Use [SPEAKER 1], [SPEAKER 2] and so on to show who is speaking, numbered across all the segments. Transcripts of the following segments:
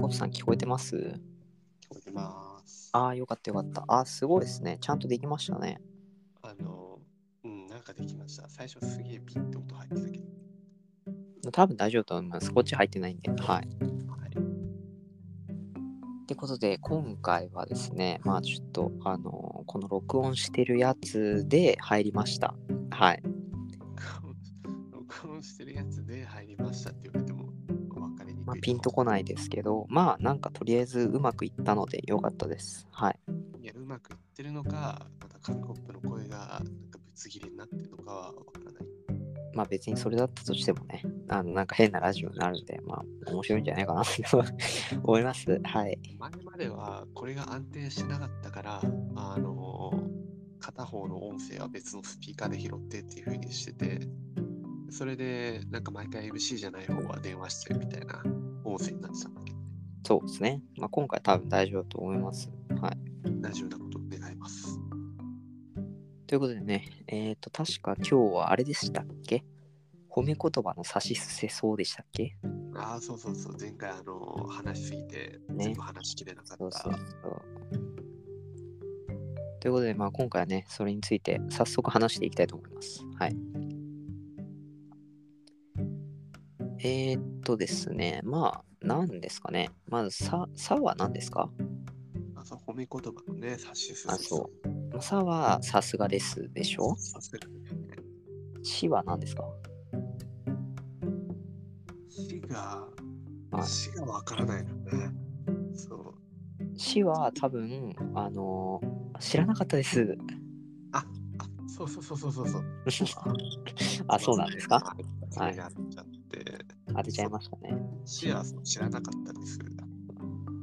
[SPEAKER 1] 本さん聞こえてます
[SPEAKER 2] 聞こえてます。
[SPEAKER 1] ああ、よかったよかった。ああ、すごいですね。ちゃんとできましたね。
[SPEAKER 2] あの、うん、なんかできました。最初すげえビンって音入ってたけど。
[SPEAKER 1] 多分大丈夫と思います。こっち入ってないんで。はい。
[SPEAKER 2] はい。
[SPEAKER 1] ってことで、今回はですね、まあちょっと、あのーこの録音してるやつで入りました。はい。
[SPEAKER 2] 録音録音してるやつで入りましたって言われても分かりにくい。
[SPEAKER 1] まあ、ピンとこない
[SPEAKER 2] で。
[SPEAKER 1] ですけど、まあなんかとりあえずうまくいったのでよかったです。はい。
[SPEAKER 2] いや、うまくいってるのか、また紙コップの声がなんかぶつ切れになってるのかは分からない。
[SPEAKER 1] まあ別にそれだったとしてもね、あのなんか変なラジオになるんで、まあ面白いんじゃないかなと思います。はい。
[SPEAKER 2] 前まではこれが安定してなかったから、あの片方の音声は別のスピーカーで拾ってっていう風にしてて、それでなんか毎回 MC じゃない方は電話してるみたいな音声になってたんだけど、
[SPEAKER 1] そうですね。まあ今回多分大丈夫だと思います。はい。
[SPEAKER 2] 大丈夫なことを願います。
[SPEAKER 1] ということでね、えっ、と、確か今日はあれでしたっけ褒め言葉の差しすせそうでしたっけ
[SPEAKER 2] ああ、そうそうそう、前回あの話しすぎて、
[SPEAKER 1] ね
[SPEAKER 2] 全部話しきれなかった。
[SPEAKER 1] そうそうそう。ということで、まあ今回はね、それについて早速話していきたいと思います。はい。えー、っとですね、まあ、何ですかね。まず、さ、さは何ですか
[SPEAKER 2] あそう褒め言葉のね、差しす
[SPEAKER 1] あそまあさはさすがですでしょ
[SPEAKER 2] さすがにね
[SPEAKER 1] しは何ですか
[SPEAKER 2] 死が、
[SPEAKER 1] はい
[SPEAKER 2] 死がわからないのね。そう。
[SPEAKER 1] しは多分、あのー知らなかったです。
[SPEAKER 2] あ、そうそうそうそうそう そう。
[SPEAKER 1] あ、そうなんですか
[SPEAKER 2] はい。それがあっちゃって、
[SPEAKER 1] 当てちゃいましたね。
[SPEAKER 2] シアスを知らなかったです。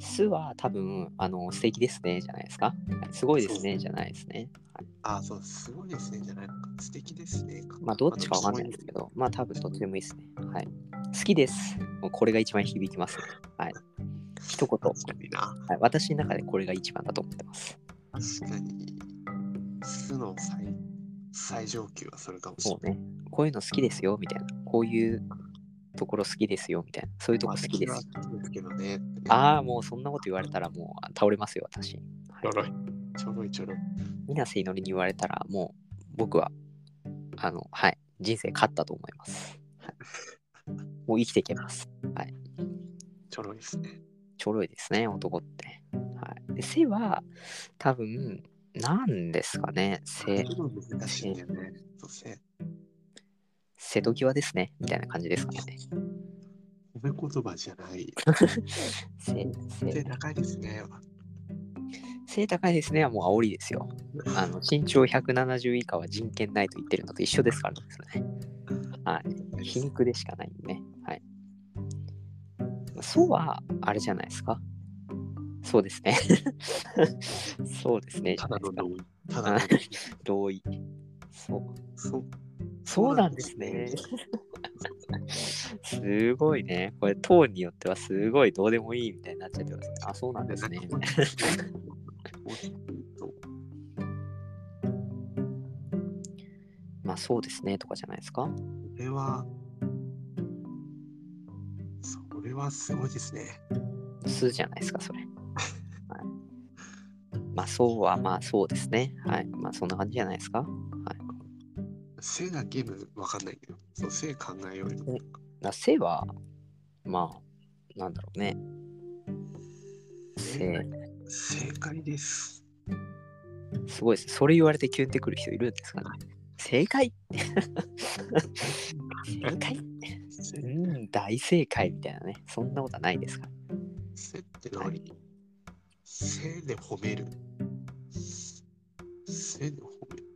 [SPEAKER 1] すは多分、あの、素敵ですね、じゃないですか。すごいです
[SPEAKER 2] そうそ
[SPEAKER 1] ね、
[SPEAKER 2] う
[SPEAKER 1] じゃないですね。はい
[SPEAKER 2] あ、そう、すごいですね、じゃないのか。素敵ですね。
[SPEAKER 1] まあ、どっちかわかんないですけど、まあ、多分、どっちでもいいですね。はい。好きです。もうこれが一番響きますね。はい。一言、は
[SPEAKER 2] 確かにな。
[SPEAKER 1] い。私の中でこれが一番だと思ってます。
[SPEAKER 2] 確かに、素の最最上級はそれかもしれ
[SPEAKER 1] そ
[SPEAKER 2] な
[SPEAKER 1] う
[SPEAKER 2] い。
[SPEAKER 1] ね。こういうの好きですよ、みたいな。こういうところ好きですよ、みたいな。そういうとこ
[SPEAKER 2] まあ
[SPEAKER 1] 好きです。。
[SPEAKER 2] 好きですけどね。
[SPEAKER 1] ああ、もうそんなこと言われたらもう倒れますよ、私。
[SPEAKER 2] ちょろい。ちょろいちょろい。
[SPEAKER 1] 水瀬いのりに言われたらもう僕はあのはい人生勝ったと思います、はいもう生きていけます
[SPEAKER 2] ちょろいですね。
[SPEAKER 1] ちょろいですね男って、はい、で背は多分何ですかね背
[SPEAKER 2] ちょっと難しいんだよね。そうせ、
[SPEAKER 1] 瀬戸際ですねみたいな感じですかね
[SPEAKER 2] 褒め言葉じゃない。
[SPEAKER 1] 背
[SPEAKER 2] で、
[SPEAKER 1] 背
[SPEAKER 2] 高いです ね。
[SPEAKER 1] 背高いですねはもう煽りですよあの身長170以下は人権ないと言ってるのと一緒ですからねそれねはい皮肉でしかないんでね。はい。そうは、あれじゃないですか。そうですね。 そうですね。
[SPEAKER 2] ただの
[SPEAKER 1] じゃない
[SPEAKER 2] 同意。た だの同
[SPEAKER 1] で
[SPEAKER 2] 意。
[SPEAKER 1] すか同意。そう。
[SPEAKER 2] そう。
[SPEAKER 1] そうなんですね。すごいね。これ、党によってはすごいどうでもいいみたいになっちゃってますね。あ、そうなんですね。 まあ、そうですねとかじゃないですか。
[SPEAKER 2] それは、それはすごいですね。
[SPEAKER 1] 数じゃないですか、それ。はい、まあ、そうは、まあ、そうですね。はい。まあ、そんな感じじゃないですか。
[SPEAKER 2] 性だけ分かんないけど、そう性考えようよ。
[SPEAKER 1] だ背はまあなんだろうね背
[SPEAKER 2] 正解です。
[SPEAKER 1] すごいですそれ言われてキュンってくる人いるんですかね正 解正解うん大正解みたいなねそんなことはないですから
[SPEAKER 2] 性って何、性で褒める。性で褒める。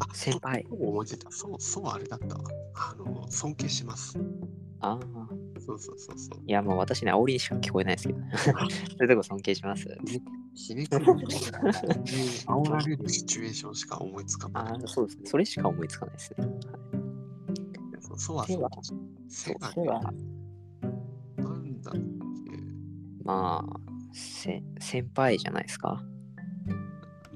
[SPEAKER 2] あ、
[SPEAKER 1] 先輩
[SPEAKER 2] そう思ってた。そう、そうあれだったわ。あの、尊敬します。
[SPEAKER 1] ああ
[SPEAKER 2] そうそうそうそう。
[SPEAKER 1] いやもう私ね煽りにしか聞こえないですけど ねそういうとこ尊敬します
[SPEAKER 2] ひねくれてる。煽られるシチュエーションしか思いつかな
[SPEAKER 1] あ
[SPEAKER 2] い。
[SPEAKER 1] あそうですねそれしか思いつかないですね
[SPEAKER 2] そうそうは
[SPEAKER 1] 手は
[SPEAKER 2] そうだね
[SPEAKER 1] 手は
[SPEAKER 2] なんだっけ
[SPEAKER 1] まあせ先輩じゃないですか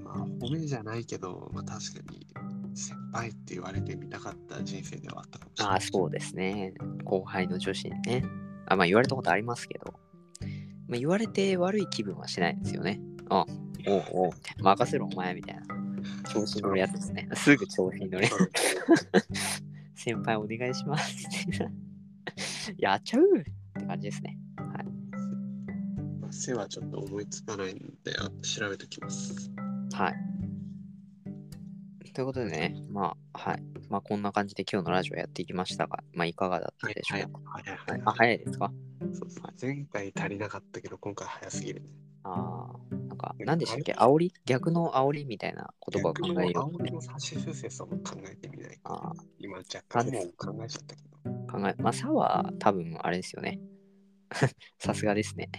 [SPEAKER 2] まあ、褒めじゃないけど、まあ、確かに、先輩って言われてみたかった人生ではあったかもしれない。
[SPEAKER 1] ああそうですね後輩の女子にねあまあ言われたことありますけど、まあ、言われて悪い気分はしないですよね。あおうおう、みたいな任せろお前みたいな。調子に乗るやつですね。すぐ調子に乗る。先輩お願いします。 やっちゃうって感じですね。
[SPEAKER 2] まあ背はちょっと思いつかないんで、あ調べときます。
[SPEAKER 1] はい。ということでね、まあ、はい。まあ、こんな感じで今日のラジオやっていきましたが、まあ、いかがだった
[SPEAKER 2] はい
[SPEAKER 1] で、しょ
[SPEAKER 2] 早
[SPEAKER 1] う
[SPEAKER 2] い
[SPEAKER 1] か。。
[SPEAKER 2] 早い
[SPEAKER 1] は
[SPEAKER 2] 早
[SPEAKER 1] い
[SPEAKER 2] い、
[SPEAKER 1] あ、早いですか
[SPEAKER 2] そうそう前回足りなかったけど、今回早すぎるね。
[SPEAKER 1] ああ、なんか、何でしたっけ煽り逆の煽りみたいな言葉を考えよう、
[SPEAKER 2] 逆に
[SPEAKER 1] ね
[SPEAKER 2] 青。の差し先生さんも考えてみないか。
[SPEAKER 1] あ
[SPEAKER 2] 今若干もう考えちゃったけど。
[SPEAKER 1] あ、考え、まあ、さは多分あれですよね。 さすがですね。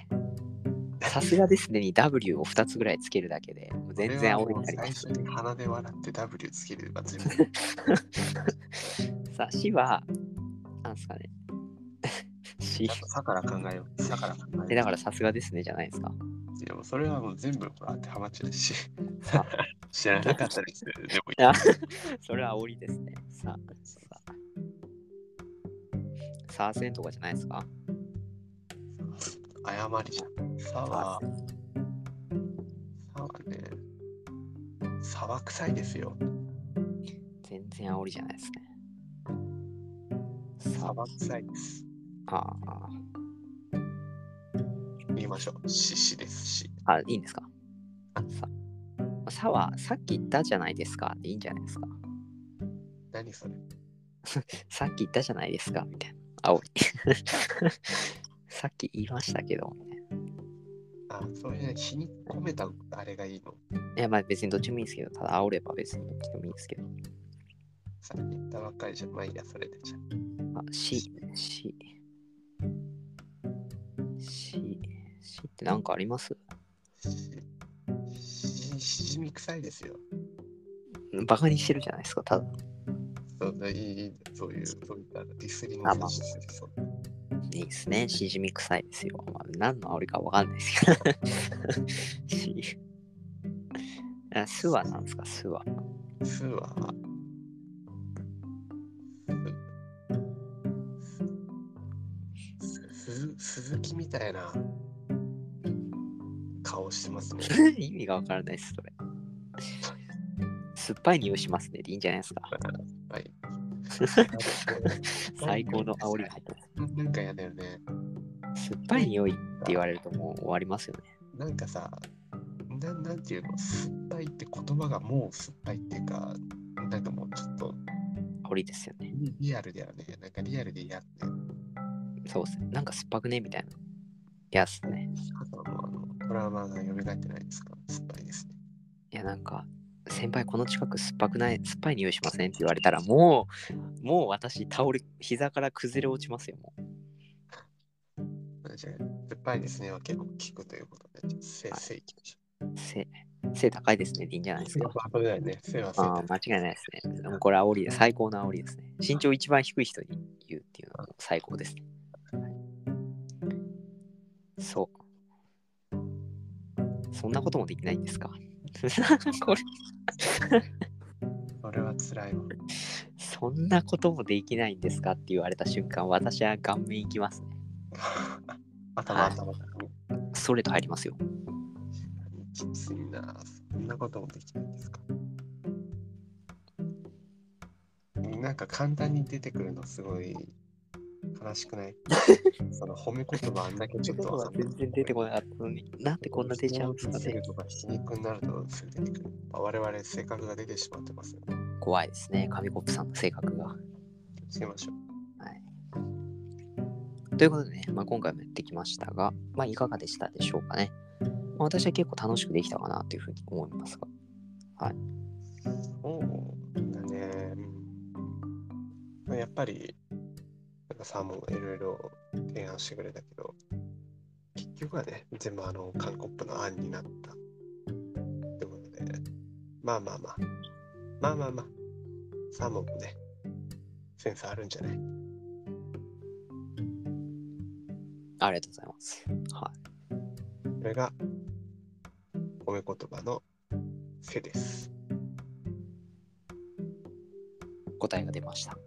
[SPEAKER 1] さすがですねに W を2つぐらいつけるだけで、もう全然煽りになりま
[SPEAKER 2] 最
[SPEAKER 1] す
[SPEAKER 2] 初に鼻で笑って W つければ全部。
[SPEAKER 1] さあ、死は、なんですかね。 死
[SPEAKER 2] ちゃんとさから考えよ う。さから考え
[SPEAKER 1] え、
[SPEAKER 2] よ
[SPEAKER 1] だからさすがですねじゃないですか。
[SPEAKER 2] う。でもそれはもう全部ほら当てはまっちゃうし。
[SPEAKER 1] さ
[SPEAKER 2] 知らなかったです。でもいい
[SPEAKER 1] あ、それは煽りですね。さあ、さあ。サーセンとかじゃないですか。
[SPEAKER 2] 誤りじゃん。さは、さはね、沢臭いですよ。
[SPEAKER 1] 全然煽りじゃないですね。さ
[SPEAKER 2] 沢臭いです。
[SPEAKER 1] あ、あ
[SPEAKER 2] 言いましょう。獅子ですし。
[SPEAKER 1] あ、あいいんですか。さあ、さは、さっき言ったじゃないですか。いいんじゃないですか。
[SPEAKER 2] 何それ
[SPEAKER 1] さっき言ったじゃないですか。みたいな。煽り。 さっき言いましたけど。
[SPEAKER 2] あ、そういうね、日に込めたあれがいいの。
[SPEAKER 1] いや、まあ別にどっちもいいんですけど、ただ煽れば別にどっちでもいいんですけど。
[SPEAKER 2] さっき言ったばっかりじゃん。まあいいや、それでじゃん。
[SPEAKER 1] あ、し、し、し、しってなんかあります
[SPEAKER 2] し、ししじみ臭いですよ。
[SPEAKER 1] バカにしてるじゃないですか、ただ。
[SPEAKER 2] そうだ、いい、いいそういう、そういったディスリング
[SPEAKER 1] あまあ
[SPEAKER 2] させてそう
[SPEAKER 1] いいですね、しじみ臭いですよ。まあ、何の煽りかわかんないですけど。し、あすはなんですか、すは。
[SPEAKER 2] すは、すす鈴木みたいな顔してます ね。
[SPEAKER 1] 意味がわからないです、それ。酸っぱい匂いしますねでいいんじゃないですか。
[SPEAKER 2] はい。
[SPEAKER 1] 最高の煽りが入って
[SPEAKER 2] なんか嫌だよね。
[SPEAKER 1] ます。酸っぱい匂いって言われるともう終わりますよね。
[SPEAKER 2] なんかさ、ななんていうの、酸っぱいって言葉がもう酸っぱいっていうか、なんかもうちょっと
[SPEAKER 1] 煽りですよね。
[SPEAKER 2] リリアルだよね。なんかリアルで嫌って。
[SPEAKER 1] そうですね。なんか酸っぱくねみたいな。いやっすね。
[SPEAKER 2] あとはもうあのトラウマが蘇ってないですか酸っぱいですね。
[SPEAKER 1] いやなんか先輩この近く酸っぱくない酸っぱい匂いしませんって言われたらもうもう私倒れ膝から崩れ落ちますよもう
[SPEAKER 2] じゃあ、酸っぱいですねは結構聞くということで、せ、
[SPEAKER 1] はい
[SPEAKER 2] せいきまし
[SPEAKER 1] 背背高いですねでいいんじゃない
[SPEAKER 2] ょう。
[SPEAKER 1] ですか
[SPEAKER 2] 危ないね。せはせ
[SPEAKER 1] ああ間違いないですねでもこれ煽りで最高の煽りですね身長一番低い人に言うっていうのは最高ですねはいそうそんなこともできないんですか これ
[SPEAKER 2] これは辛いわ。
[SPEAKER 1] そんなこともできないんですかって言われた瞬間私は顔面いきますね
[SPEAKER 2] 頭、
[SPEAKER 1] はい
[SPEAKER 2] 頭、頭。
[SPEAKER 1] ストレート入りますよ
[SPEAKER 2] きついな。そんなこともできないんですか。なんか簡単に出てくるのすごい悲し くないその褒め言葉あんだけちょっとわかんない
[SPEAKER 1] 全然出てこなかったのに、なんでこんな出ちゃうんですか
[SPEAKER 2] 質問
[SPEAKER 1] ね。
[SPEAKER 2] とか皮肉になるとすぐ出てくる。まあ我々性格が出てしまってますよね。
[SPEAKER 1] 怖いですね、紙コップさんの性格が。は
[SPEAKER 2] 気をつけましょう。
[SPEAKER 1] い。ということでね、まあ、今回もやってきましたが、まあ、いかがでしたでしょうかね。まあ、私は結構楽しくできたかなというふうに思いますが。
[SPEAKER 2] そうだね。まあやっぱり、なんかさ、もういろいろ提案してくれたけど、結局はね、全部あの、韓国の案になった。ってことで、まあまあまあ、まあまあまあ、サーモンもね、センスあるんじゃない
[SPEAKER 1] ありがとうございます。はい。
[SPEAKER 2] これが、褒め言葉の背です。
[SPEAKER 1] 答えが出ました。